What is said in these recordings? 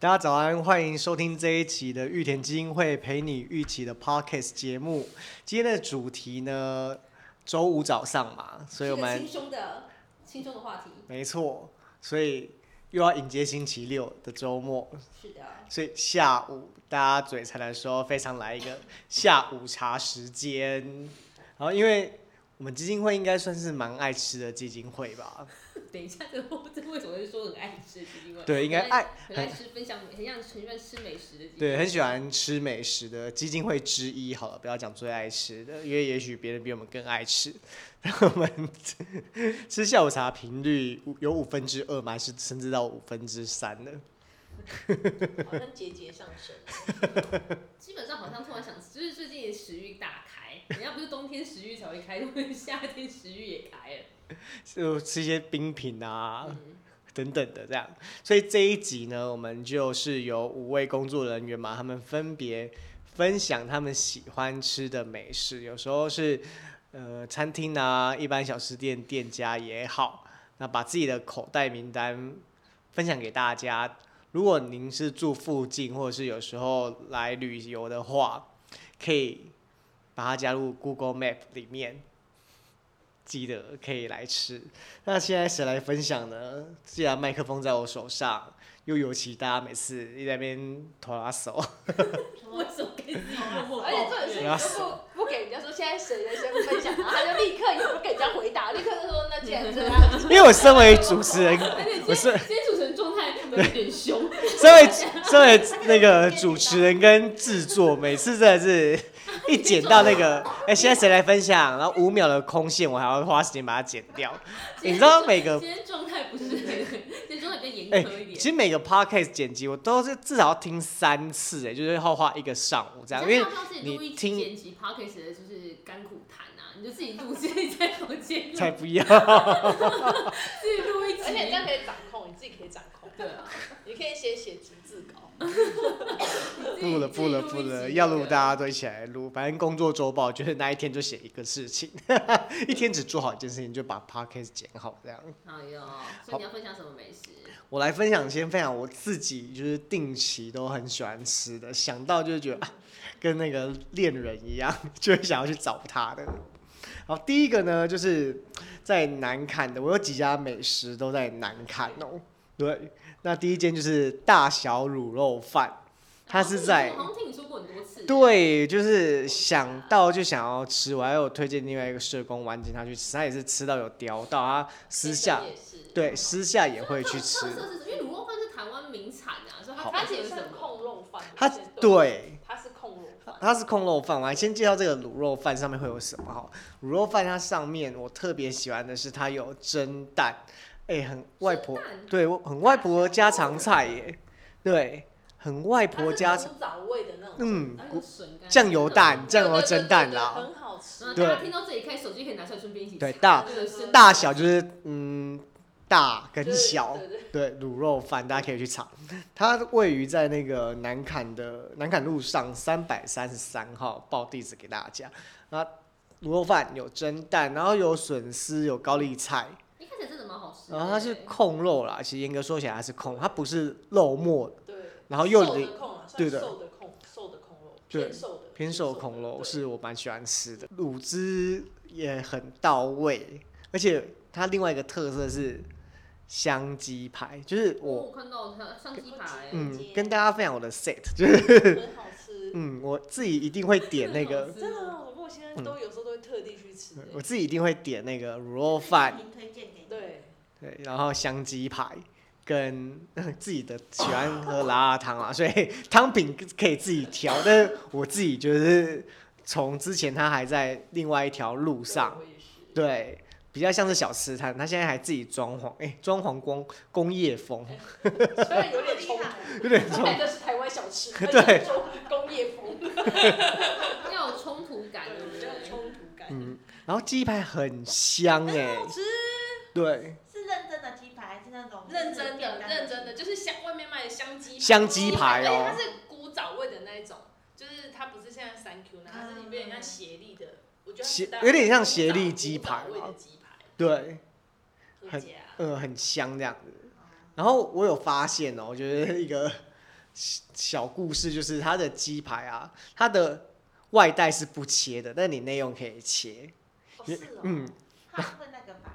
大家早安，欢迎收听这一期的玉田基金会陪你预期的 Podcast 节目。今天的主题呢，周五早上嘛，所以我是一们个轻松的轻松的话题，没错，所以又要迎接星期六的周末，是的，所以下午大家嘴馋的时候，非常来一个下午茶时间。然后，因为我们基金会应该算是蛮爱吃的基金会吧？ 等一下，这个这为什么会说很爱吃？是因为对应该很爱很爱吃分享美，很像很喜欢吃美食的地方，对，很喜欢吃美食的基金会之一，好了，不要讲最爱吃的，因为也许别人比我们更爱吃。然后我们吃下午茶频率有五分之二吗？还是甚至到五分之三呢？好像节节上升。基本上好像突然想吃，就是最近食欲大开，人家不是冬天食欲才会开， 因为夏天食欲也开了。就吃一些冰品啊，嗯， 等等的这样。所以这一集呢，我们就是由五位工作人员嘛，他们分别分享他们喜欢吃的美食，有时候是呃餐厅啊，一般小吃店店家也好，那把自己的口袋名单分享给大家。如果您是住附近，或者是有时候来旅游的话，可以把它加入 Google Map 里面，记得可以来吃。那现在谁来分享呢？既然麦克风在我手上，又尤其大家每次一直在那边拖拉手， 为什么跟自己默默而且重点是你都不不给人家说现在谁的先分享，然后他就立刻也不给人家回答，立刻就说那既然这样，因为我身为主持人， 而且今我天是今天主持人状态有点凶，身为身为那个主持人跟制作，每次真的是一剪到那个，哎、现在谁来分享？然后五秒的空线，我还要花时间把它剪掉。 你知道每个今天状态不是很，今天状态比较严哎、苛一点。其实每个 podcast 剪辑我都是至少要听三次、哎，就是要花一个上午这样，因为像上次你录一期听剪辑 podcast 的就是甘苦谈啊，你就自己 录，自己在房间录，才不要。自己录一集，而且你这样可以掌控，你自己可以掌控，对啊，你可以先写逐字稿。自己 不自己了不了录一不了，集要那录个大家都一起来录。反正工作周报就是那一天就写一个事情， 一天只做好一件事情，就把 podcast 剪好这样。哎呦，所以你要分享什么美食？我来分享，先分享我自己就是定期都很喜欢吃的，想到就觉得、啊、跟那个恋人一样，就会想要去找他的。 好，第一个呢，就是在南坎的，我有几家美食都在南坎哦。对，那第一间就是大小卤肉饭，它是在我好像听你说过很多次，对，就是想到就想要吃。我还有推荐另外一个社工晚景，他去吃，他也是吃到有叼到，他私下也是，对私下也会它去有吃特。色是什么因为卤肉饭是台湾名产啊，所以它好它它其也实是什么？控肉饭，他对，它是控肉饭，它是空肉饭。我还先介绍这个卤肉饭上面会有什么哈。卤肉饭它上面我特别喜欢的是它有蒸蛋，哎、很 外婆蒸蛋对我很外婆家常菜耶，对，很外婆家它是常，古早味的那种，嗯，还有笋干酱油蛋嗯酱油蒸蛋啦对对对对对很好吃然后。对大家听到这里，可以手机可以拿出来顺便一起吃对大这个是大小就是嗯大就跟是小。对对对对，卤肉饭大家可以去查，它位于在那个南坎的南坎路上三百三十三号，报地址给大家。那卤肉饭有蒸蛋，然后有笋丝，有高丽菜，一开始真的蛮好吃的，欸然后它是控肉啦，其实严格说起来它是控，它不是肉末，对，然后又瘦零的控啊，算对的瘦的控，瘦的控肉，对偏瘦的，偏瘦控肉对是我蛮喜欢吃的，卤汁也很到位，而且它另外一个特色是香鸡排，就是哦我我有看到它上鸡排，嗯姐跟大家分享我的 set，就是很好吃，嗯我自己一定会点那个。 真的啊，我跟我现在都有时候都会特地去吃欸。我自己一定会点那个卤肉饭，您推荐给你。对，对，然后香鸡排跟 自己的喜欢喝麻辣汤啊， 所以汤品可以自己调，但是我自己就是从之前他还在另外一条路上，我也是。对，比较像是小吃摊，他现在还自己装潢，哎、装潢工工业风， 虽然有点 冲突，有点它买的哎是台湾小 吃，对，工业风，要有冲突感，对不没有对？冲突感。嗯，然后鸡排很香哎、很好吃，对，是认真的鸡排，还是那种认真的，认真的，的？就是香外面卖的香鸡排香鸡排哦而且它是古早味的那一种，就是它不是现在三 Q 那，它是有点像协力的，我觉得它是协大有点像协力鸡排哦古早味吧的鸡排，对，很解啊，啊呃，很香这样子。然后我有发现哦、我觉得一个小故事，就是它的鸡排啊，它的外带是不切的，但你内用可以切。哦是哦，嗯，它会那个吧，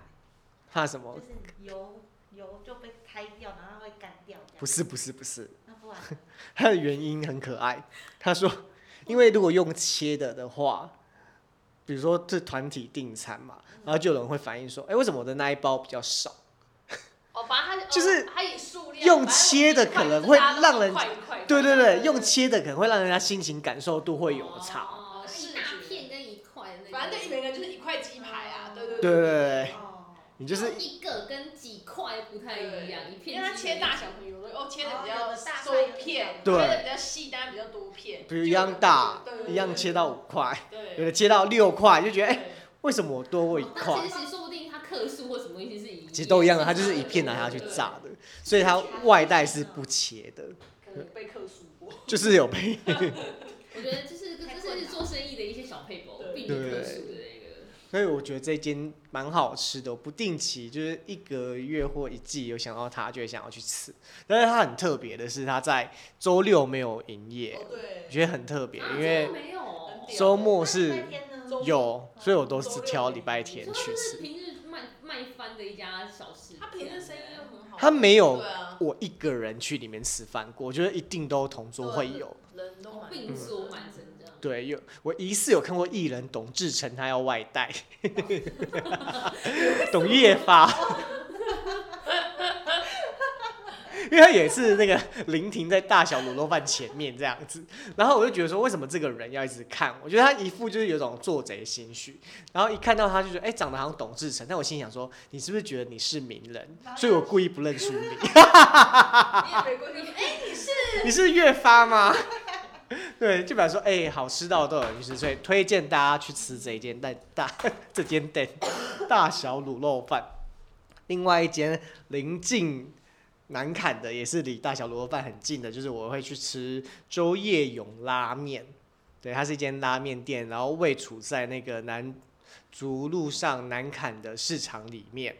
怕什就么？是油油就被开掉，然后它会干掉这样。不，是不是不是，那不然它的原因很可爱。他说，因为如果用切的的话，比如说是团体订餐嘛，然后就有人会反映说，哎、为什么我的那一包比较少？哦，把它就是哦它以数量用切的可能会让人反正我们一块一块对对对，用切的可能会让人家心情感受度会有差。哦哦，一是大片跟一块的那个，反正对每个人就是一块鸡排啊，对对对对对，哦，你就是一个跟几块不太一样，一因片为它切大小鸡很有的，哦，切的哦比有较的大块多有的片，对切的比较细，但比较多片，比如一样大对对，对一样切到五块，有对，的切到六块，就觉得哎、对为什么我多我一哦但块？其实说不定它克数或什么东西是一，其实都一样的，啊它就是一片啊拿下去炸的，所以它外带是不切的，可能被克数过，就是有配。我觉得就是这这是做生意的一些小配博，对避免克数的那个。 所以我觉得这间蛮好吃的，我不定期就是一个月或一季有想到它，就会想要去吃。但是它很特别的是，它在周六没有营业哦，我对，觉得很特 别，啊因为真的没有哦，周末那礼是拜天呢周末有，所以我都是周六挑没礼拜营天业所以它去就是吃。平日卖卖翻的一家小啊吃。他平时生意又很好，它没有对啊，我一个人去里面吃饭过，我觉得一定都同桌会有。人都哦蛮啊并缩满成这样。对，有我疑似有看过艺人董志成，他要外带，董夜发，因为他也是那个林婷在大小卤肉饭前面这样子，然后我就觉得说，为什么这个人要一直看？我觉得他一副就是有种做贼心虚，然后一看到他就觉得，哎、长得好像董志成，但我心里想说，你是不是觉得你是名人？所以我故意不认输你。你也没关系，哎，你是越发吗？ 对，就比方说，哎、好吃到都有去吃，所以推荐大家去吃这一间但大 这间店大小卤肉饭。另外一间临近南坎的，也是离大小卤肉饭很近的，就是我会去吃周夜勇拉面。对，它是一间拉面店，然后位处在那个南竹路上南坎的市场里面，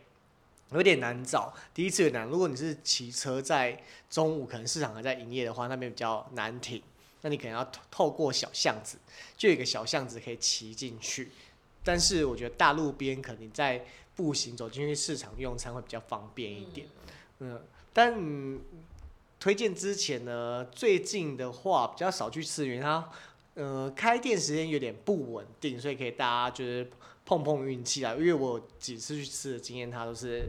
有点难找，第一次有点难。如果你是骑车在中午可能市场还在营业的话，那边比较难停，那你可能要透透过小巷子，就有一个小巷子可以骑进去。但是我觉得大路边可能在步行走进去市场用餐会比较方便一点。嗯，但嗯推荐之前呢，最近的话比较少去吃，因为它呃开店时间有点不稳定，所以可以大家就是碰碰运气啊。因为我有几次去吃的经验，它都是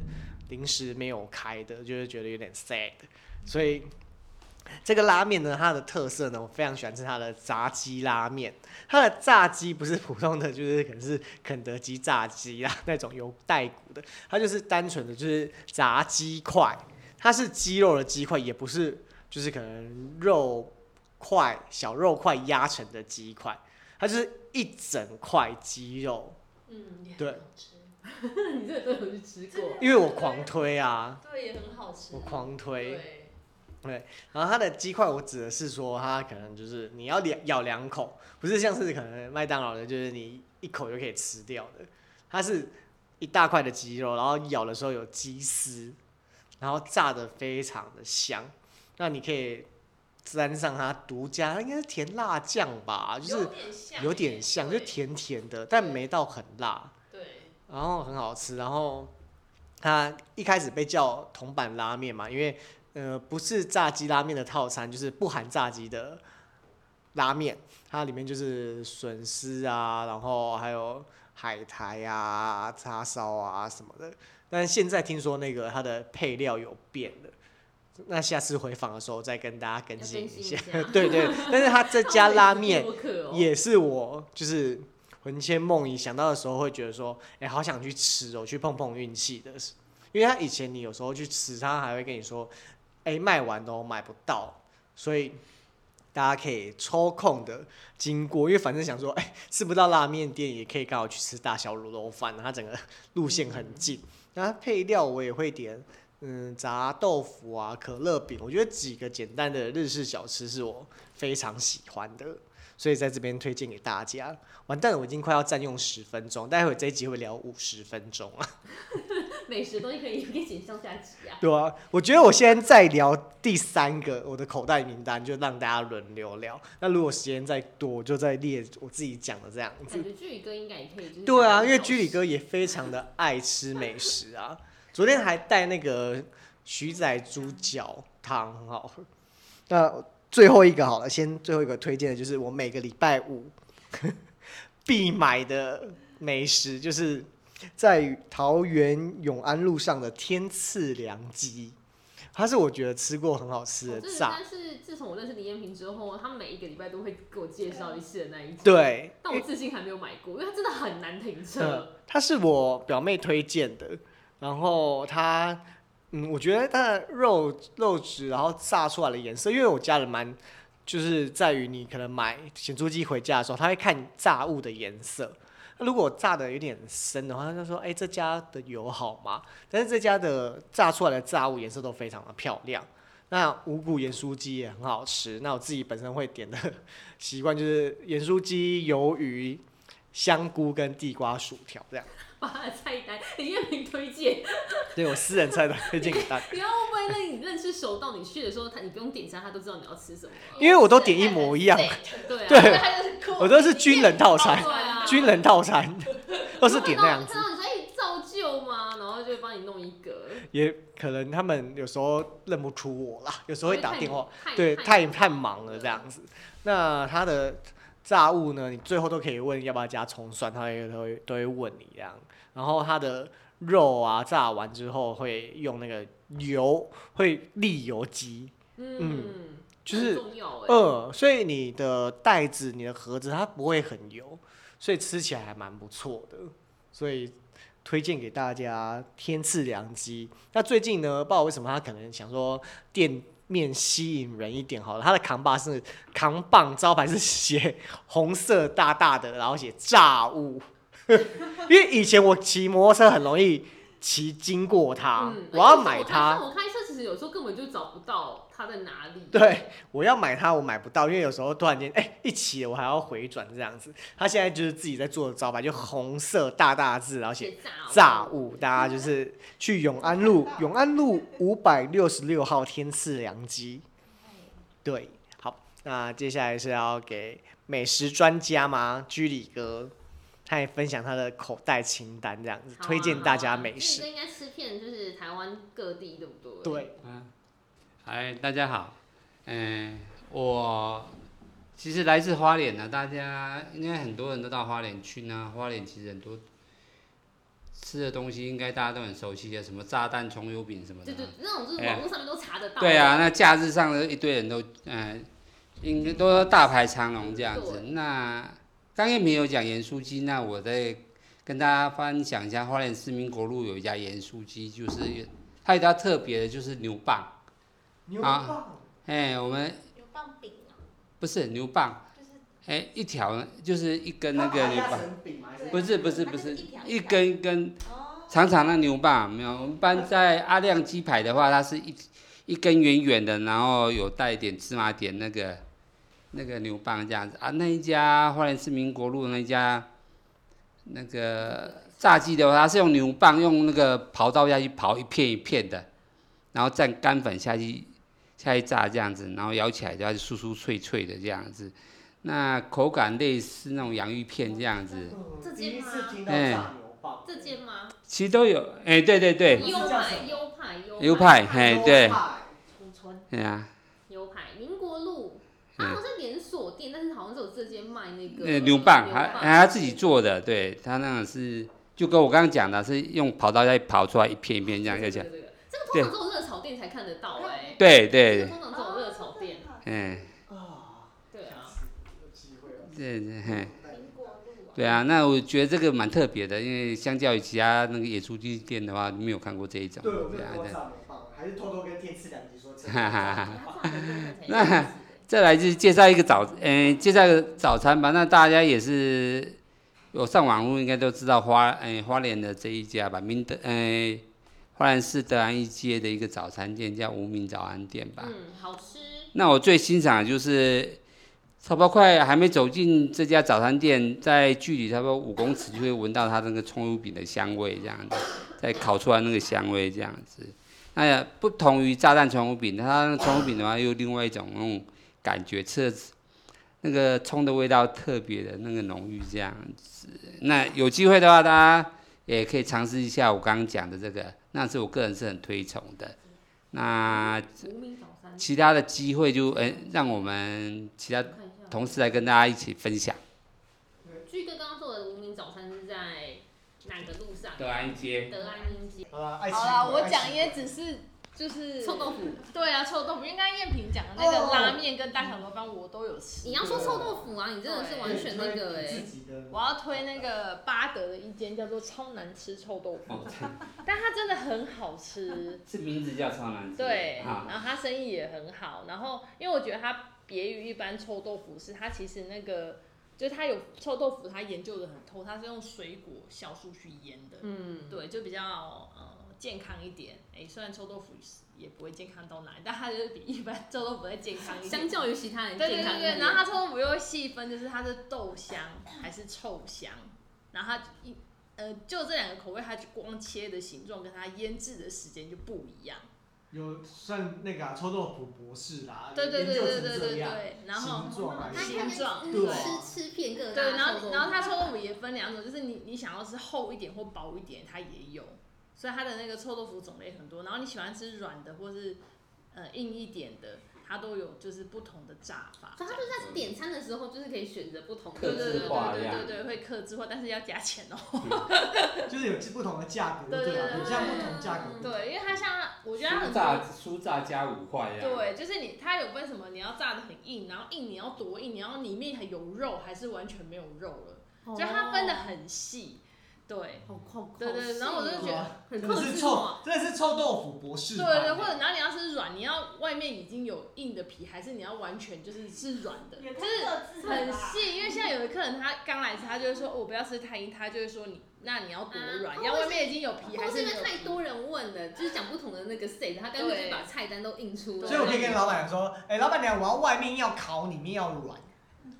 临时没有开的，就是觉得有点 sad，所以。这个拉面呢，它的特色呢，我非常喜欢吃它的炸鸡拉面。它的炸鸡不是普通的，就是可能是肯德基炸鸡啊那种有带骨的，它就是单纯的就是炸鸡块，它是鸡肉的鸡块，也不是就是可能肉块、小肉块压成的鸡块，它就是一整块鸡肉。嗯，也很对好吃， 你这个都有去吃过？因为我狂推啊，对，也很好吃，我狂推，对，然后它的鸡块，我指的是说它可能就是你要两咬两口，不是像是可能麦当劳的，就是你一口就可以吃掉的，它是一大块的鸡肉，然后咬的时候有鸡丝，然后炸的非常的香，那你可以沾上它独家，它应该是甜辣酱吧，就是有点像，有点像，就对甜甜的，但没到很辣。对，然后很好吃，然后它一开始被叫铜板拉面嘛，因为呃不是炸鸡拉面的套餐，就是不含炸鸡的拉面，它里面就是笋丝啊，然后还有海苔啊、叉烧啊什么的。但现在听说那个它的配料有变了，那下次回访的时候再跟大家更要新更新一一下。下 对对，但是它这家拉面好可哦也是我就是魂牵梦萦，想到的时候会觉得说，哎、好想去吃哦，去碰碰运气的。因为他以前你有时候去吃，他还会跟你说，哎、卖完都买不到，所以大家可以抽空的经过，因为反正想说，哎、吃不到拉面店也可以刚好去吃大小卤肉饭，它整个路线很近。然后它配料我也会点，嗯，炸豆腐啊，可乐饼，我觉得几个简单的日式小吃是我非常喜欢的。所以在这边推荐给大家。完蛋了，我已经快要占用十分钟，待会这一集会聊五十分钟啊。 美食的东西可以也可以剪上下集啊。对啊，我觉得我现在再聊第三个我的口袋名单，就让大家轮流聊。那如果时间再多，我就再列我自己讲的这样子感。觉剧里哥应该也可以，就是对啊，讲因为居里小时哥也非常的爱吃美食啊，昨天还带那个徐仔猪脚汤，很好喝。那最后一个好了，先最后一个推荐的就是我每个礼拜五 必买的美食，就是在桃园永安路上的天赐良鸡，它是我觉得吃过很好吃哦的这个炸。但是自从我认识林彦平之后，他每一个礼拜都会给我介绍一次的那一集。，对，但我至今还没有买过，因为它真的很难停嗯车。，它是我表妹推荐的，然后它，嗯，我觉得它的肉肉质，然后炸出来的颜色，因为我家人蛮，就是在于你可能买咸猪鸡回家的时候，他会看炸物的颜色。那如果炸的有点深的话，他就说：“哎、这家的油好吗？”但是这家的炸出来的炸物颜色都非常的漂亮。那五谷盐酥鸡也很好吃。那我自己本身会点的 习惯就是盐酥鸡、鱿鱼、香菇跟地瓜薯条这样。 把他的菜单，林彦平推 荐，对我私人菜单推荐给大家，你要会不会让你认识熟到你去的时候，他你不用点餐，他都知道你要吃什么啊？因为我都点一模一样，对啊， 对因为他就是酷我都是军人套餐对啊，军人套餐 都是点那样子看。到你说哎照旧吗？然后就会帮你弄一个，也可能他们有时候认不出我啦，有时候会打电话，，对，太太太忙了这样子。那它的炸物呢，你最后都可以问要不要加葱蒜，他也都会都会问你这样。然后它的肉啊，炸完之后会用那个油，会沥油机，嗯，就是很重要哎，嗯，所以你的袋子、你的盒子它不会很油，所以吃起来还蛮不错的。所以推荐给大家天赐良机。那最近呢，不知道为什么他可能想说店面吸引人一点好了，他的扛把是扛棒招牌是写红色大大的，然后写炸物。 因为以前我骑摩托车很容易骑经过它，啊嗯我要买它。。而且我开车我开车其实有时候根本就找不到它在哪里。 对，我要买它，我买不到，因为有时候突然间，哎、一起了我还要回转这样子。他现在就是自己在做的招牌，就红色大大字，然后写写炸 炸物，大家就是去永安路，永安路五百六十六号天赐良机。哎对，好，那接下来是要给美食专家吗？居里哥，他也分享他的口袋清单这样子，推荐大家美食。这应该吃遍就是台湾各地，对不对？对，啊嗨，大家好，嗯、我其实来自花莲呢、啊大家应该很多人都到花莲去呢。花莲其实很多吃的东西，应该大家都很熟悉的，啊什么炸弹葱油饼什么的对啊、对，那种就是哎呀网络上面都查得到。对啊，，那假日上的一堆人都，嗯、应该都大排长龙这样子。那刚刚没有讲盐酥鸡，那我再跟大家分享一下，花莲市民国路有一家盐酥鸡，就是它有一家特别的，就是牛蒡。牛啊蒡哎、我们有棒饼啊，不是牛蒡，就是哎、一条就是一根那个牛啊蒡，对不是不是不它就是一条一一条根一根哦，长长的牛蒡没有。我们班在阿亮鸡排的话，它是一一根圆圆的，然后有带一点芝麻点那个那个牛蒡这样子啊。那一家花莲市民国路那一家那个炸鸡的话，它是用牛蒡用那个刨刀下去刨一片一片的，然后蘸干粉下去下去炸这样子，然后咬起来就要酥酥脆脆的这样子。那口感类似那种洋芋片这样子，这第一间吗次听到哎炸牛蒡，这间吗？其实都有，哎、对对对，优派优派牛优排，嘿，对，啊储存哎呀，优派民国路，它好像是连锁店，但是好像只有这间卖那个嗯呃，牛蒡，还还还他自己做的，对他那个是，就跟我刚刚讲的，是用刨刀再刨出来一片一片这样，而且，这个这个通常这种热炒店才看得到哎，这对个对，通常这种热炒店，哦嗯，啊，对啊，有机会哦了。对对，嘿，苹果路啊，对啊，那我觉得这个蛮特别的，因为相较于其他那个野猪鸡店的话，没有看过这一种，对，我没有对啊，多对。少没放，还是偷偷跟天赐良机说。 哈哈哈它炸的那种才有意那思再来就是介绍一个早，嗯、介绍一个早餐吧。那大家也是有上网络，应该都知道花，嗯、花莲的这一家吧，明德，嗯、花莲市德安一街的一个早餐店叫无名早安店吧。嗯，好吃。那我最欣赏的就是差不多快还没走进这家早餐店，在距离差不多五公尺就会闻到它那个葱油饼的香味，这样子，再烤出来那个香味这样子。那也不同于炸弹葱油饼，它那个葱油饼的话又另外一种那种感觉，特那个葱的味道特别的那个浓郁这样子。那有机会的话，大家也可以尝试一下我刚刚讲的这个，那是我个人是很推崇的。那无名早餐，其他的机会就哎、让我们其他我看一下。同事来跟大家一起分享。巨哥刚刚做的无名早餐是在哪个路上？德安街，德安英街，好啦，爱吃好鬼啦，我讲也。爱吃只是就是臭豆腐。对啊，臭豆腐，因为刚刚燕平讲的那哦个拉面跟大小螺饭我都有吃。你要说臭豆腐啊，你真的是鬼完全那个哎、自己的我要推那个巴德的一间叫做超难吃臭豆腐， 但它真的很好 吃。这名字叫超难吃。对，啊，然后它生意也很好。然后因为我觉得它别于一般臭豆腐，是它其实那个就是它有臭豆腐，它研究的很透，它是用水果酵素去腌的，嗯，对，就比较呃健康一点。哎，虽然臭豆腐也不会健康到哪里，但它就是比一般臭豆腐再健康一点。相较于其他人对对健对康对一对，点然后它臭豆腐又会细分，就是它是豆香还是臭香，然后它一呃就这两个口味，它就光切的形状跟它腌制的时间就不一样。有算那个啊臭豆腐博士啦，对对对啊研究对成对这对样对，然后形状啊那形状你对吃吃遍各大对，然臭豆后腐然后它臭豆腐也分两种，就是你你想要吃厚一点或薄一点，它也有，所以它的那个臭豆腐种类很多。然后你喜欢吃软的或是呃硬一点的，它都有就是不同的炸法。所以他就是在点餐的时候，就是可以选择不同的客对对对制对化对这样对对，会克制化，但是要加钱哦。就是有不同的价格，对对吧？对有这样不同价格，对，因为它像我觉得它很炸啊多，酥炸加五块这样。对，就是你它有分什么，你要炸的很硬，然后硬你要多硬，你要里面还有肉还是完全没有肉了，哦所以它分的很细。对好哦酷，对对然后我就觉得得很真的克是制臭化，，真的是臭豆腐博士对版。对，或者然后你要是软，你要外面已经有硬的皮，还是你要完全就是是软的，也就是太克制了很吧。哦细。因为现在有的客人他刚来吃，他就会说、哦、我不要吃太硬，他就会说你那你要多啊软，哦要外我面已经有皮还或是是因没为有太皮多人问了，就是讲不同的那个 set，他干脆就是把菜单都印出来。所以我可以跟老板说，哎，老板娘，我要外面要烤，里面要软。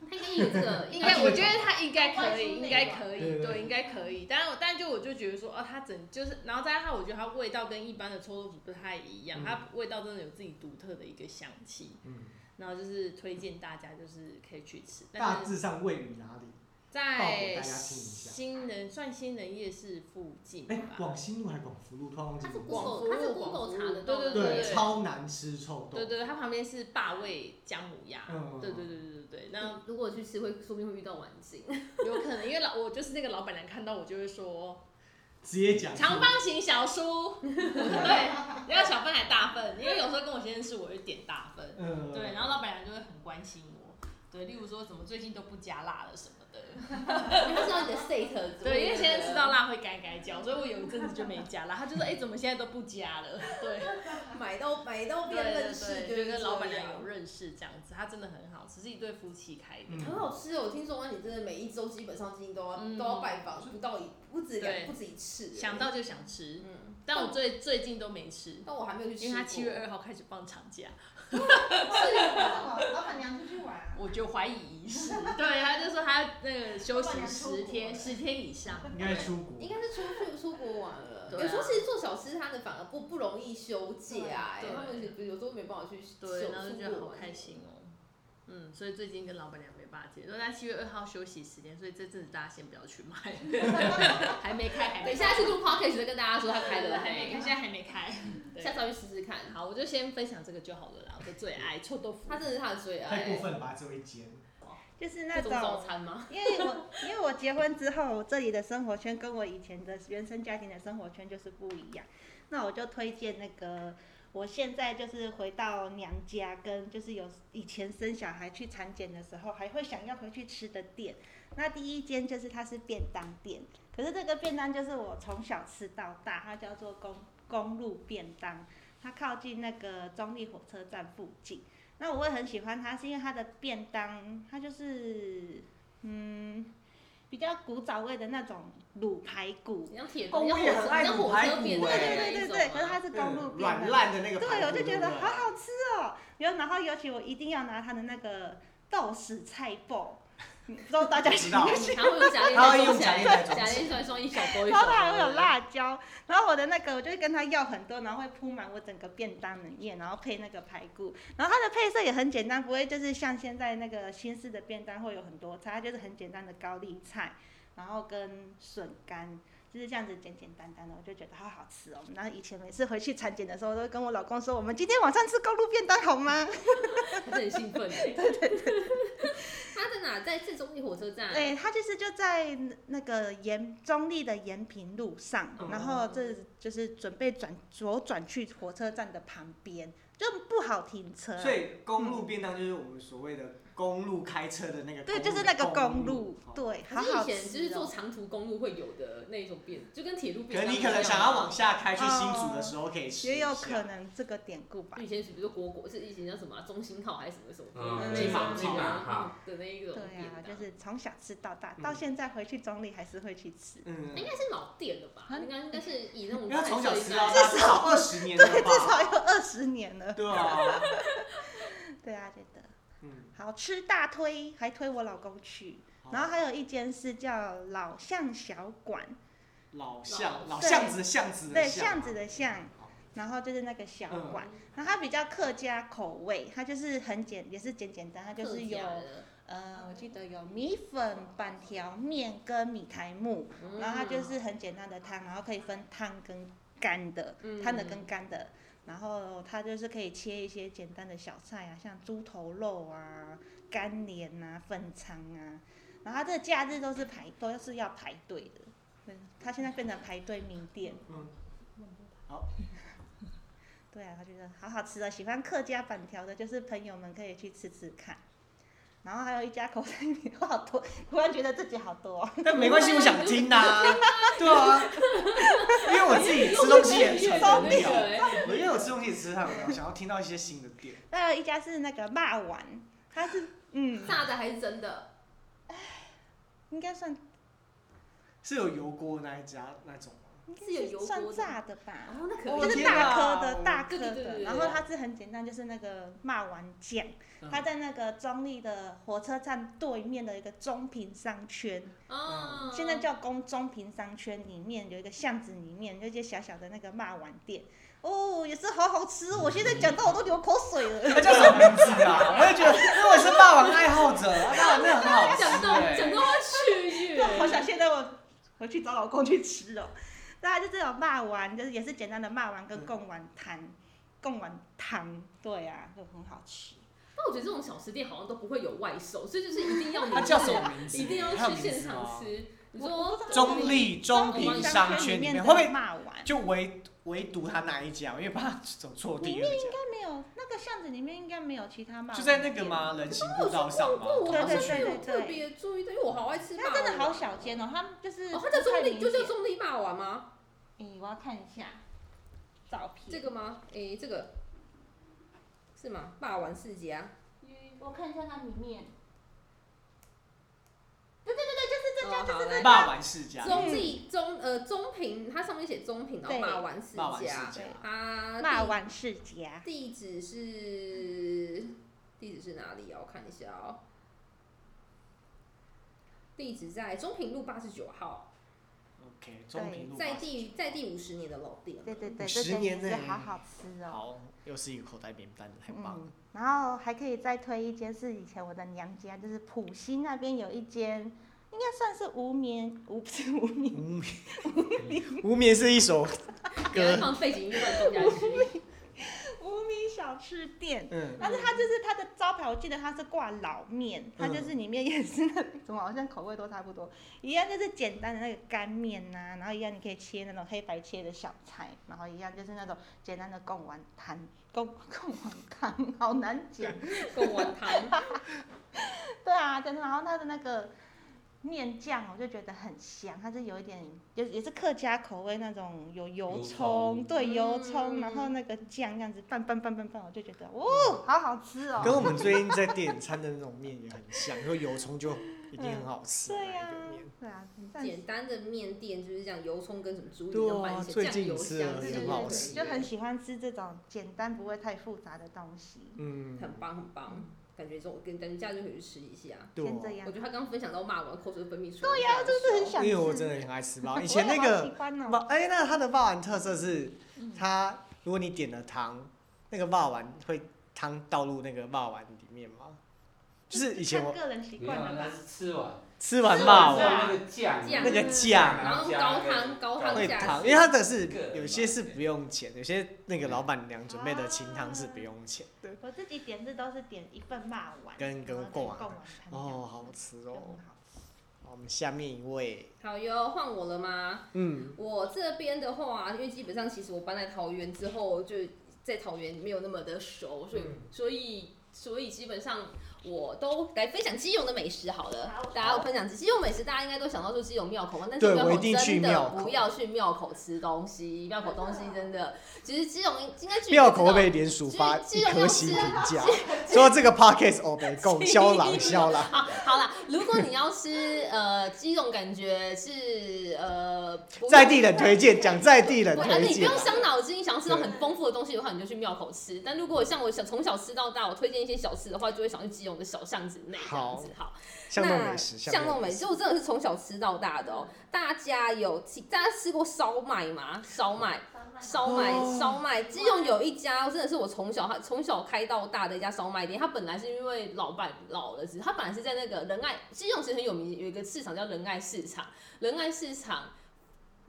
他应该印这 个，应应该，该我觉得他应该可外以，酥内应该可对以，对对，应该可以。但是，但就我就觉得说，哦，它整就是，然后再加上我觉得它味道跟一般的臭豆腐不太一样，嗯它味道真的有自己独特的一个香气。嗯，然后就是推荐大家就是可以去吃，大但是致上位于哪里？报给在大家听一下新能算新能夜市附近哎，吧。广西路还是广福路？突然忘记他是名字。广福 Google，他是 Google 查的到的，对对对，超难吃臭豆对腐。对，它旁边是霸味姜母鸭。嗯，对对对对对对，那如果去吃会，说不定会遇到晚 景。有可能因为老我就是那个老板娘看到我就会说。直接讲。长方形小书，对，要小份还大份，因为有时候跟我先生吃，我会点大份，嗯，对，然后老板娘就会很关心我，对，例如说怎么最近都不加辣了什么的，他知道你的 set，对，因为现在吃到辣会该该叫，所以我有一阵子就没加辣，他就说哎、怎么现在都不加了，对，买到买到对对对，就跟老板娘有认识这样子，他真的很好，只是一对夫妻开的，嗯很好吃哦！我听说啊，你真的每一周基本上今天都要、嗯都要拜访，不到一不止对两不止一次。想到就想吃，嗯，但我最最近都没吃，但我还没有去吃因为过。他七月二号开始放长假。哦是老板娘出去玩啊，我就 怀疑遗失，对，他就说他那个休老板息娘出国十天，了十天 以上，应该出国应。该是出去出国玩了。对啊有时候其实做小吃摊的反而不不容易休假、对哎，他们有有时候没办法去休对，然后就觉得出国好玩开心哦。嗯，所以最近跟老板娘没办法见，都在七月二号休息时间，所以这阵子大家先不要去 买，还没开，还等没一下去录 podcast 再跟大家说他开开的了还没没开，现。在还没开。对下次要去试试看，好，我就先分享这个就好了啦，我的最爱臭豆腐，他真的是他的啊欸最爱、哎太过分了吧，只有一间。就是那这种早种，餐吗？因为我因为我结婚之后，这里的生活圈跟我以前的原生家庭的生活圈就是不一样。那我就推荐那个，我现在就是回到娘家，跟就是有以前生小孩去产检的时候，还会想要回去吃的店。那第一间就是它是便当店，可是这个便当就是我从小吃到大，它叫做公公路便当，它靠近那个中立火车站附近。那我会很喜欢它，是因为它的便当，它就是嗯比较古早味的那种卤排骨，你像铁，哦你像我也很爱火，你像卤火排车骨变哎态对的对那对一种对，可是啊。嗯它是公路便嗯软当，烂的那个排骨。对，我就觉得不好好吃哦。然后我就觉得好一定要拿它的那个豆豉菜包，嗯不知道大家喜不喜然后用假他会链用假链假链装来假装链装一双一小包一欢，小然后它包还的，会有辣椒，然后我的那个我就会跟他要很多，然后会铺满我整个便当里面，然后配那个排骨，然后它的配色也很简单，不会就是像现在那个新式的便当会有很多菜，它就是很简单的高丽菜，然后跟笋干。就是这样子简简单单的，我就觉得好好吃哦。然后以前每次回去产检的时候，都会跟我老公说：“我们今天晚上吃公路便当好吗？”他真的很兴 奋哎。他在哪？啊在正中立火车嗯站。对，它就是就在那个延中立的延平路上，然后这就是准备转左转去火车站的旁边，就不好停车。所以公路便当就是我们所谓的公路开车的那个，对，就是那个公公路，哦对，可好是以好前就是吃坐哦。长途公路会有的那一种变，就跟铁路可变。能你可啊能想要往。下开去新竹的时候，可以吃一也有下可能这个典故吧以。前是不是国国是以前叫什么啊中心号还是什么什么？嗯那一金马种金马号的那一对种便啊，当就是从小吃到大，嗯到现在回去中立还是会去吃。嗯，应该是老店了吧？很应该应该是以那种因为他从小吃菜到色大，至少二十年了对， 至吧？少有二十年了。对啊，对啊，觉得嗯，好吃大推，还推我老公去。好然后还有一间是叫老巷小馆，老巷老对巷子的巷子的对，巷巷子的巷，然后就是那个小嗯馆，然后它比较客家口味，它就是很简，也是简简单，它就客是有家的呃，我记得有米粉、板条、面跟米苔木，嗯然后它就是很简单的汤，然后可以分汤跟干的，嗯汤嗯的跟干的。然后它就是可以切一些简单的小菜啊，像猪头肉啊、干莲啊、粉肠啊。然后它这假日都是排，都是要排队的。对，它现在变成排队名店。嗯， 对啊，他觉得好好吃的，喜欢客家板条的，就是朋友们可以去吃吃看。然后还有一家口袋米 花好多，突然觉得自己好多、哦。但没关系，我想听 呐，对啊，因为我自己吃东西也越很来无越聊，对 我因为我吃东西也吃很无聊，想要听到一些新的点。还有一家是那个骂丸，它是嗯，炸的还是真的？应该算是有油锅那一家那种吗？应该是有油锅算的炸的吧，哦，那可我就的是天哪大颗的大颗对对对对的。对然后它是很简单，就是那个骂丸酱，嗯它在那个中立的火车站对面的一个中平商圈。哦，嗯现在叫公中平商圈里面有一个巷子里面有一些小小的那个骂碗店，哦，也是好好吃。嗯我现在讲到我都流口水 了。它叫什么名字啊？我也觉得，因为我是霸王爱好者，霸王那很好讲吃到哎。讲到他 去就好耶，想现在我回去找老公去吃哦。大家就这种骂碗，就是也是简单的骂碗嗯跟贡丸汤，贡丸汤，对啊，就很好吃。但我觉得这种小吃店好像都不会有外售，所以就是一定 要你它叫什么名字？一定要它有去名字现场吗。吃。你我说不知道中立中平平商商圈里里面面，的会不会骂碗？就唯唯独他那一家？因为怕走错地了。应该没有，那个巷子里面应该没有其他骂碗。就在那个？吗？人行步道上吗？我好像对没对有对特对别注意到，因为我好爱吃霸它王。真的好小间哦，它就是哦，它叫中立，就叫是。中立霸王吗？嗯，我要看一下照片。这个吗？诶，这个是吗？霸王世家。我看一下它里面。对对对对，就是这家，哦就好是这来家。霸王世家，中立中呃中平，它上面写中平，然后嗯对霸王世霸王世家，家，它骂地完世家，地址是地址是哪里啊？我看一下哦。地址在中平路八十九号， OK，中平路在地在地五十年的老店。对对对，这50家也年是呢好好吃哦。好，又是一个口袋名单，太棒了嗯。，然后还可以再推一间，是以前我的娘家，就是浦西那边有一间，应该算是无名无不是无名，无眠，嗯 无眠是一首给它歌，放背景音乐放下去。无名小吃店。嗯，但是它就是它的招牌，我记得它是挂老面，嗯它就是里面也是那怎么好像口味都差不多，一样就是简单的那个干面呐、然后一样你可以切那种黑白切的小菜，然后一样就是那种简单的贡丸汤，贡 贡丸汤好难讲，贡丸汤，对啊，真的，然后它的那个面酱我就觉得很香，它是有一点也也是客家口味那种有油油葱，葱对油嗯葱，然后那个酱这样子拌拌拌拌拌，我就觉得嗯哦，好好吃哦。跟我们最近在点餐的那种面也很像，说油葱就一定很好吃的对呀、那一个面。对啊， 但简单的面店就是这样，油葱跟什么猪对蹄啊都拌一起，最酱近油吃了香对对很之好类对，的吃就很喜欢吃这种简单不会太复杂的东西。嗯，很棒很棒。感觉中感觉假日就可以去吃一下。对先哦这 我样觉。得他刚分享到骂我，口水都分泌出来。对呀、真的很想因吃。为我真的很爱吃我包。以也前那好个喜欢嗯哦霸，哎、那它的霸王特色是，它如果你点了汤，那个霸王会汤倒入那个霸王里面吗？就是以前看我啊个人习惯了吧。是吃完哦吃完吃霸完王啊那个酱啊那个酱啊然后高汤高汤会下去汤，因为它的是个人嘛有些是不用钱，有些那个老板娘准备的清汤是不用钱的。我自己点是都是点一份骂丸，跟跟然后再贡贡丸丸汤这样哦子好吃就哦很好吃好，我们下面一位，好哟，换我了吗？嗯，我这边的话，因为基本上其实我搬来桃园之后，就在桃园没有那么的熟，所以、嗯所以所以基本上我都来分享基隆的美食好了。好大家我分享基隆美食，大家应该都想到说基隆庙口嘛，但是对庙我口一定去真庙的口不要去庙口吃东西，庙口东西真的，其实基隆应该去庙口会被联署发基一隆颗要星吃评价，说这个 podcast 哦欧北贡肖基郎隆肖郎。好， 好啦，如果你要吃呃基隆，感觉是呃不在地人推荐，讲在地人不而且推你不荐用啊。伤脑筋，想要吃到很丰富的东西的话，你就去庙口吃。但如果像我想从小吃到大，我推荐一些小吃的话，就会想去基隆的小巷子内这样子。好，巷弄美食，那巷弄美食。食，我真的是从小吃到大的哦。大家有大家吃过烧麦吗？烧麦。烧麦哦烧麦，基隆有一家真的是我从小他从小开到大的一家烧麦店。它本来是因为老板老了之后，它本来是在那个仁爱基隆其实很有名，有一个市场叫仁爱市场，仁爱市场。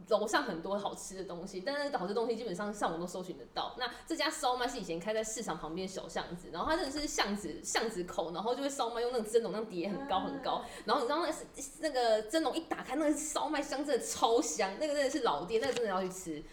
楼上很多好吃的东西，但是好吃的东西基本上上网都搜寻得到。那这家烧麦是以前开在市场旁边的小巷子，然后它真的是巷子巷子口，然后就会烧麦用那种蒸笼那样叠很高很高，然后你知道那是那个蒸笼一打开，那个烧麦香真的超香，那个真的是老店，那个真的要去吃。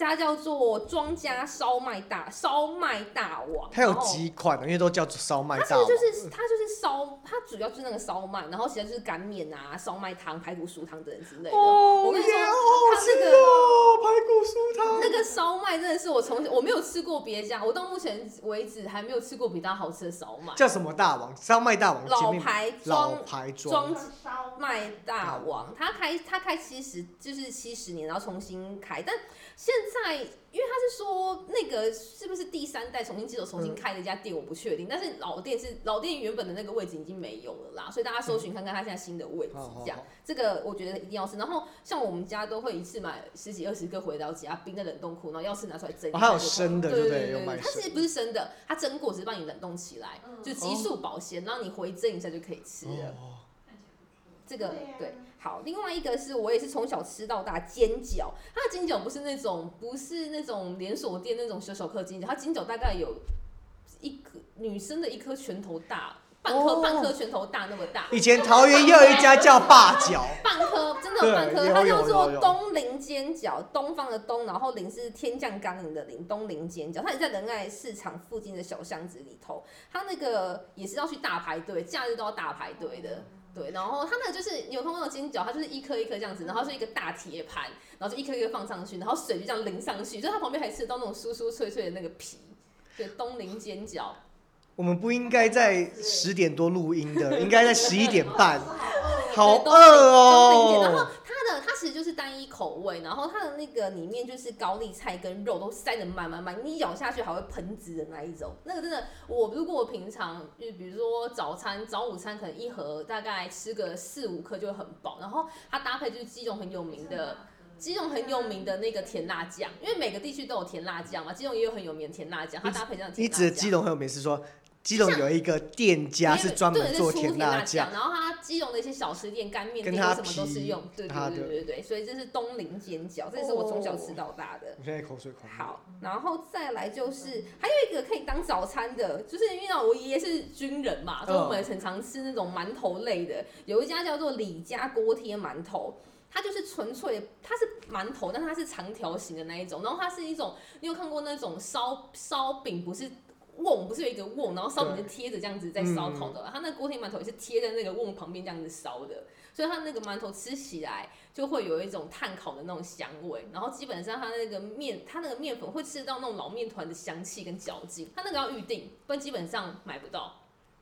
它叫做庄家烧麦大烧麦大王，它有然后几款的，哦因为都叫做烧麦哦大它这个王。嗯就是它就是烧，它主要就是那个烧麦，然后其他就是擀面啊、烧麦汤、排骨酥汤等等之类的。哦，我跟你说，天啊好它吃这个哦，排骨酥汤。那个烧麦真的是我从小我没有吃过别家，我到目前为止还没有吃过比它好吃的烧麦。叫什么大王？烧麦大王老前面牌老庄牌庄庄烧麦大王，他开他开七十就是七十年，然后重新开，但现在因为他是说那个是不是第三代重新接手嗯重新开的一家店，我不确定，但是老店是老店原本的那个位置已经没有了啦，所以大家搜寻看看他现在新的位置嗯好好这样好，这个我觉得一定要吃。然后像我们家都会一次买十几二十个回到家，冰在冷冻库，然后要吃拿出来蒸一哦下就好。还有生的，对对不对有买它其实生不是生的，它蒸过只是帮你冷冻起来，嗯就激素保鲜，让你回蒸一下就可以吃的。了。哦，这个对啊对，好，另外一个是我也是从小吃到大煎饺，它的煎饺不是那种不是那种连锁店那种小小颗煎饺，它煎饺大概有一颗女生的一颗拳头大，半颗、哦半颗拳头大那么大，以前桃园也有一家叫霸角，半颗真的对有半颗，有它有叫做有有东林煎饺，东方的东，然后林是天降甘霖的林，东林煎饺，它也在仁爱市场附近的小巷子里头，它那个也是要去大排队，假日都要大排队的。对，然后它那个就是你有看过那种煎饺，它就是一颗一颗这样子，然后是一个大铁盘，然后就一颗一颗放上去，然后水就这样淋上去，就它旁边还吃得到那种酥酥脆脆的那个皮，对，东林煎饺。我们不应该在十点多录音 的，应该在十一点半。好饿对东北东北一点然哦后！它的它其实就是单一口味，然后它的那个里面就是高丽菜跟肉都塞得满满满，你咬下去还会喷汁的那一种。那个真的，我如果我平常就比如说早餐、早午餐，可能一盒大概吃个四五颗就会很饱。然后它搭配就是基隆很有名的。基隆很有名的那个甜辣酱，因为每个地区都有甜辣酱嘛，基隆也有很有名的甜辣酱，它搭配这样甜你辣指酱。的基隆很有名是说，基隆有一个店家是专门做甜甜辣酱，酱，然后它基隆的一些小吃店、干面店跟它什么都是皮用，对对它对的哦对对对，所以这是东林煎饺，这是我从小吃到大的。我现在口水狂流。好，然后再来就是还有一个可以当早餐的，就是因为我爷爷是军人嘛，所以嗯我们很常吃那种馒头类的。有一家叫做李家锅贴馒头，它就是纯粹它是馒头，但它是长条形的那一种，然后它是一种你有看过那种烧烧饼不是？瓮不是有一个瓮，然后烧饼是贴着这样子在烧嗯烤的嘛，它那锅贴馒头也是贴在那个瓮旁边这样子烧的，所以它那个馒头吃起来就会有一种炭烤的那种香味，然后基本上它那个面，它那个面粉会吃到那种老面团的香气跟嚼劲，它那个要预定，不然基本上买不到。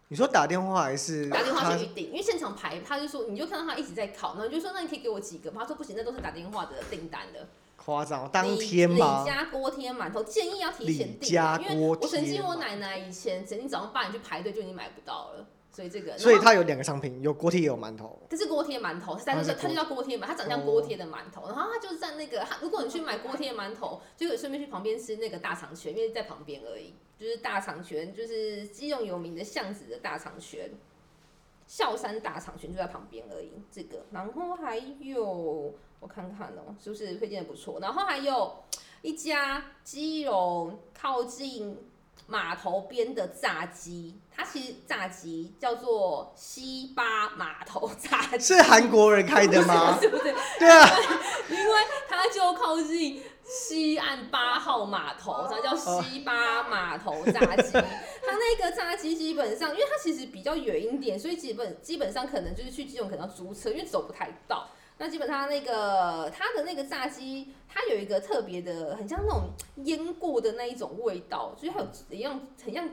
你说打电话还是打电话嗯他去预定，因为现场排，他就说你就看到他一直在烤，然后你就说那你可以给我几个吗？他说不行，那都是打电话的订单的。夸张哦，当天吗李？家锅贴馒头建议要提前李订家啊，锅因为我曾贴经我嘛奶奶以前曾经早上八点去排队就已经买不到了，所以这个，所以然后它有两个商品，有锅贴也有馒头。这是锅贴馒头，但是它就叫锅哦贴嘛，它长得像锅贴的馒头，然后它就是在那个，它如果你去买锅贴馒头，就可以顺便去旁边吃那个大肠圈，因为在旁边而已，就是大肠圈，就是基隆有名的巷子的大肠圈。孝山大肠圈就在旁边而已，这个，然后还有我看看哦、是不是推荐的不错？然后还有一家基隆靠近码头边的炸鸡，它其实炸鸡叫做西巴码头炸鸡，是韩国人开的吗？ 对不对？对啊，因为它就靠近西岸八号码头，它叫西巴码头炸鸡。它那个炸鸡基本上，因为它其实比较远一点，所以基本基本上可能就是去基隆可能要租车，因为走不太到。那基本上那个它的那个炸鸡，它有一个特别的，很像那种腌过的那一种味道，就是它有一样很像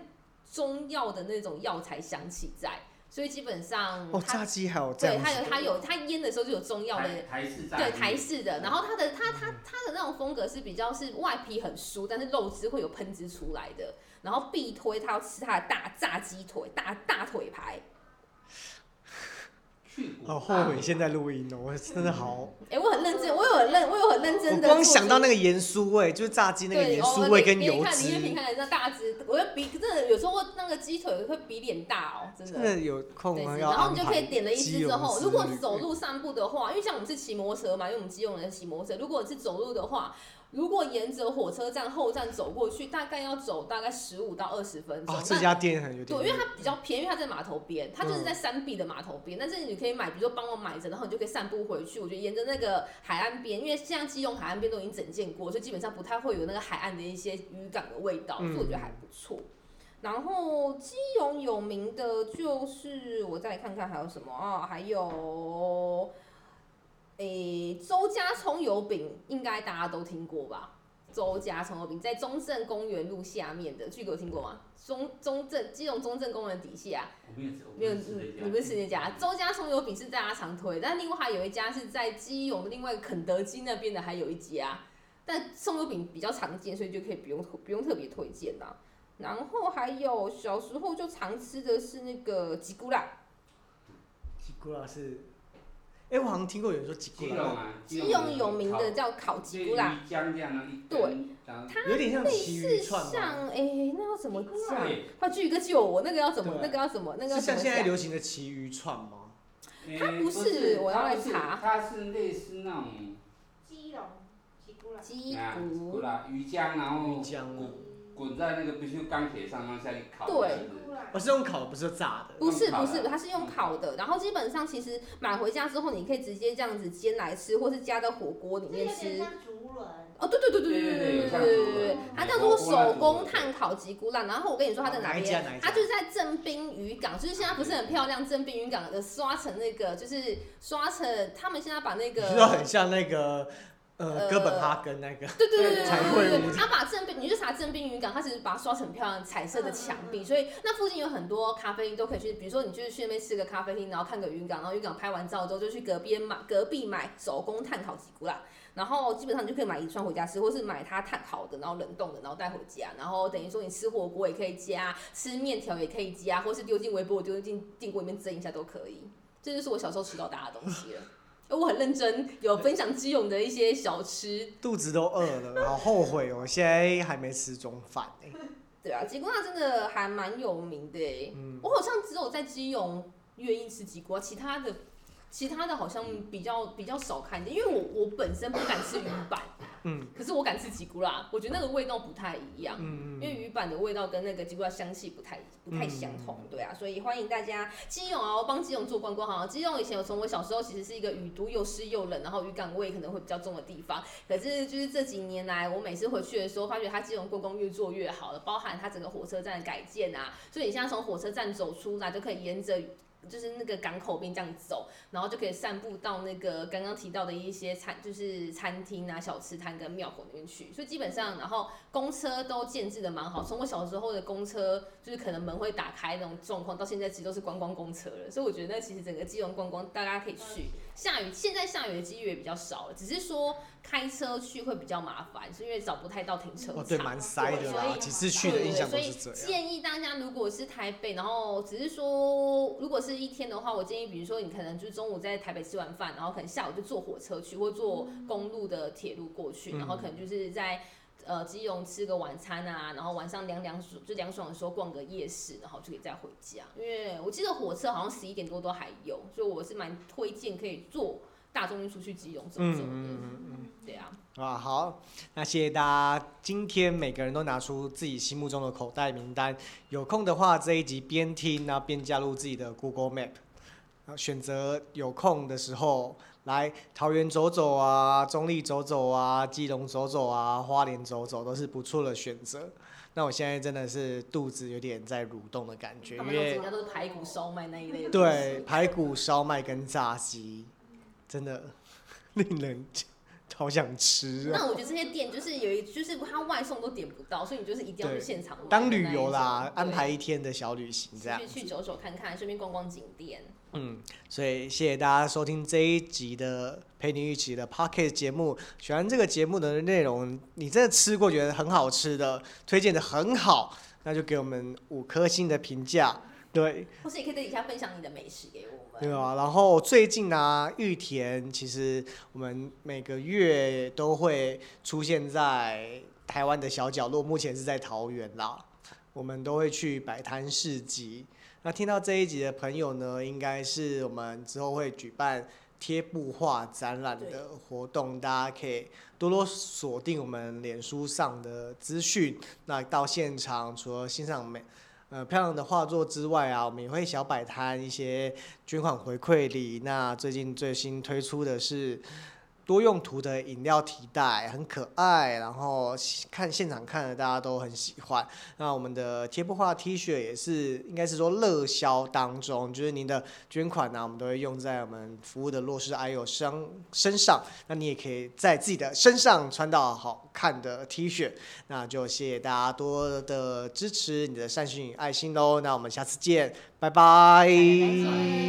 中药的那种药材香气在，所以基本上哦，它炸鸡还有这对样它子有它有它腌的时候就有中药的台台式炸对鸡台式的，然后它的它它嗯它的那种风格是比较是外皮很酥，但是肉汁会有喷汁出来的。然后必推他要吃他的大炸鸡腿，大大腿排。去骨好哦后悔现在录音哦，我真的好，哎，我很认真，我有很认，我有很认真我的。光想到那个盐酥味，就是炸鸡那个对，盐哦酥味跟你你油看，你平脂，看人家大只，我就比真的有时候那个鸡腿会比脸大哦，真真的。的有空啊对，要然后安你就可排以点了一支基之隆后，之如果旅走路散步的话，因为像我们是骑摩托车嘛，因为我们基隆人骑摩托车，如果是走路的话，如果沿着火车站后站走过去，大概要走大概十五到二十分钟。哦，这那家店很有点嗯对，因为它比较便宜，因为它在码头边，它就是在山壁的码头边。但是你可以买，比如说帮我买着，然后你就可以散步回去。我觉得沿着那个海岸边，因为像基隆海岸边都已经整建过，所以基本上不太会有那个海岸的一些渔港的味道，所以我觉得还不错。然后基隆有名的就是我再来看看还有什么啊、还有，诶，周家葱油饼应该大家都听过吧？周家葱油饼在中正公园路下面的，巨哥有听过吗？中中正基隆中正公园底下，我没有吃，我没有，嗯吃这你嗯家你不是吃那家？周家葱油饼是大家常推，但另外还有一家是在基隆的另外一个肯德基那边的，还有一家，但葱油饼比较常见，所以就可以不用不用特别推荐啦。然后还有小时候就常吃的是那个吉古拉，吉古拉是，哎，我好像听过有人说吉古基隆拉，啊，基隆有名的烤叫烤吉古拉，，就鱼浆这样啊，一根对，然后有点像奇是鱼串吗？像诶，那要怎么讲？对他巨哥救我，那个要怎么对？啊那个要怎么？那个要是像怎么现在讲？流行的奇鱼串吗？它诶不是我要它来不是查它是类似那种基隆吉古拉鸡啊骨骨啦鱼浆，然鱼后浆啊，滚在那个不锈钢铁上，然后下去烤。对是不是我哦是用烤的，不是炸的。不是用烤不的是，它是用烤的。然后基本上其实买回家之后，你可以直接这样子煎来吃，或是加到火锅里这有面点吃。像竹轮。哦，对对对对对对对对有像对竹对轮，它叫做手工炭烤吉古拉。然后我跟你说它在哪一家哪一边，家它就是在正滨渔港，就是现在不是很漂亮，正滨渔港的刷成那个，就是刷成他们现在把那你个知道很像那个呃呃哥本哈根那个， 对对对对彩对绘对屋对，他把正滨，你去查正滨渔港，它其实把它刷成漂亮彩色的墙嗯壁，嗯嗯所以那附近有很多咖啡厅都可以去，比如说你就是去那边吃个咖啡厅，然后看个渔港，然后渔港拍完照之后就去隔壁买隔壁买手工炭烤吉古拉，然后基本上你就可以买一串回家吃，或是买它炭烤的，然后冷冻的，然后带回家，然后等于说你吃火锅也可以加，吃面条也可以加，或是丢进微波丢进电锅里面蒸一下都可以。这就是我小时候吃到大的东西了。 呃我很认真，有分享基隆的一些小吃，肚子都饿了，好后悔哦，现在还没吃中饭哎。对啊，吉古拉真的还蛮有名的诶、嗯，我好像只有在基隆愿意吃吉古拉，其他的其他的好像比较比较少看见，因为我我本身不敢吃鱼板，嗯，可是我敢吃吉古拉，我觉得那个味道不太一样。嗯嗯因为鱼板的味道跟那个吉古拉香气不太不太相同，对啊，所以欢迎大家基隆啊，我帮基隆做观光哈。基隆以前有从我小时候其实是一个雨都又湿又冷，然后渔港味可能会比较重的地方，可是就是这几年来，我每次回去的时候，发觉它基隆观光越做越好了，包含它整个火车站的改建啊，所以你现在从火车站走出来，就可以沿着。就是那个港口边这样走，然后就可以散步到那个刚刚提到的一些餐，就是餐厅啊、小吃摊跟庙口那边去。所以基本上，然后公车都建制的蛮好，从我小时候的公车就是可能门会打开那种状况，到现在其实都是观光公车了。所以我觉得那其实整个基隆观光大家可以去，下雨现在下雨的几率也比较少了，只是说开车去会比较麻烦，是因为找不太到停车场。哦，对，蛮塞的所啦。以几次去的印象都对是所以这样。建议大家，如果是台北，然后只是说，如果是一天的话，我建议，比如说你可能就是中午在台北吃完饭，然后可能下午就坐火车去，或坐公路的铁路过去，嗯然后可能就是在。呃，基隆吃个晚餐啊，然后晚上凉凉爽，就凉爽的时候逛个夜市，然后就可以再回家。因为我记得火车好像十一点多都还有，所以我是蛮推荐可以坐大众运输去基隆走嗯走的。嗯嗯 Mm-hmm. 嗯。对啊，啊，好，那谢谢大家，今天每个人都拿出自己心目中的口袋名单，有空的话这一集边听然后边加入自己的 Google Map，啊选择有空的时候来桃园走走啊，中立走走啊，基隆走走啊，花莲走走都是不错的选择。那我现在真的是肚子有点在蠕动的感觉，他因们都为应该都是排骨烧麦那一类的。对，排骨烧麦跟炸鸡，真的令人 好想吃啊。那我觉得这些店就是有一，就是它外送都点不到，所以你就是一定要去现场买当旅游啦，那一种安排一天的小旅行这样对。去去走走看看，顺便逛逛景点。嗯，所以谢谢大家收听这一集的陪你一起的 Pocket 节目。喜欢这个节目的内容，你真的吃过觉得很好吃的，推荐的很好，那就给我们五颗星的评价。对，或是也可以在底下分享你的美食给我对们。啊。然后最近呢、玉田其实我们每个月都会出现在台湾的小角落，目前是在桃园啦。我们都会去摆摊市集。那听到这一集的朋友呢，应该是我们之后会举办贴布画展览的活动，大家可以多多锁定我们脸书上的资讯。那到现场，除了欣赏美呃漂亮的画作之外啊，我们也会小摆摊一些捐款回馈礼。那最近最新推出的是。多用途的饮料提袋很可爱，然后看现场看的大家都很喜欢。那我们的贴布画 T 恤也是，应该是说热销当中，就是您的捐款啊呢、我们都会用在我们服务的弱势癌友身身上。那你也可以在自己的身上穿到好看的 T 恤。那就谢谢大家多的支持，你的善心与爱心喽。那我们下次见，拜拜拜拜哎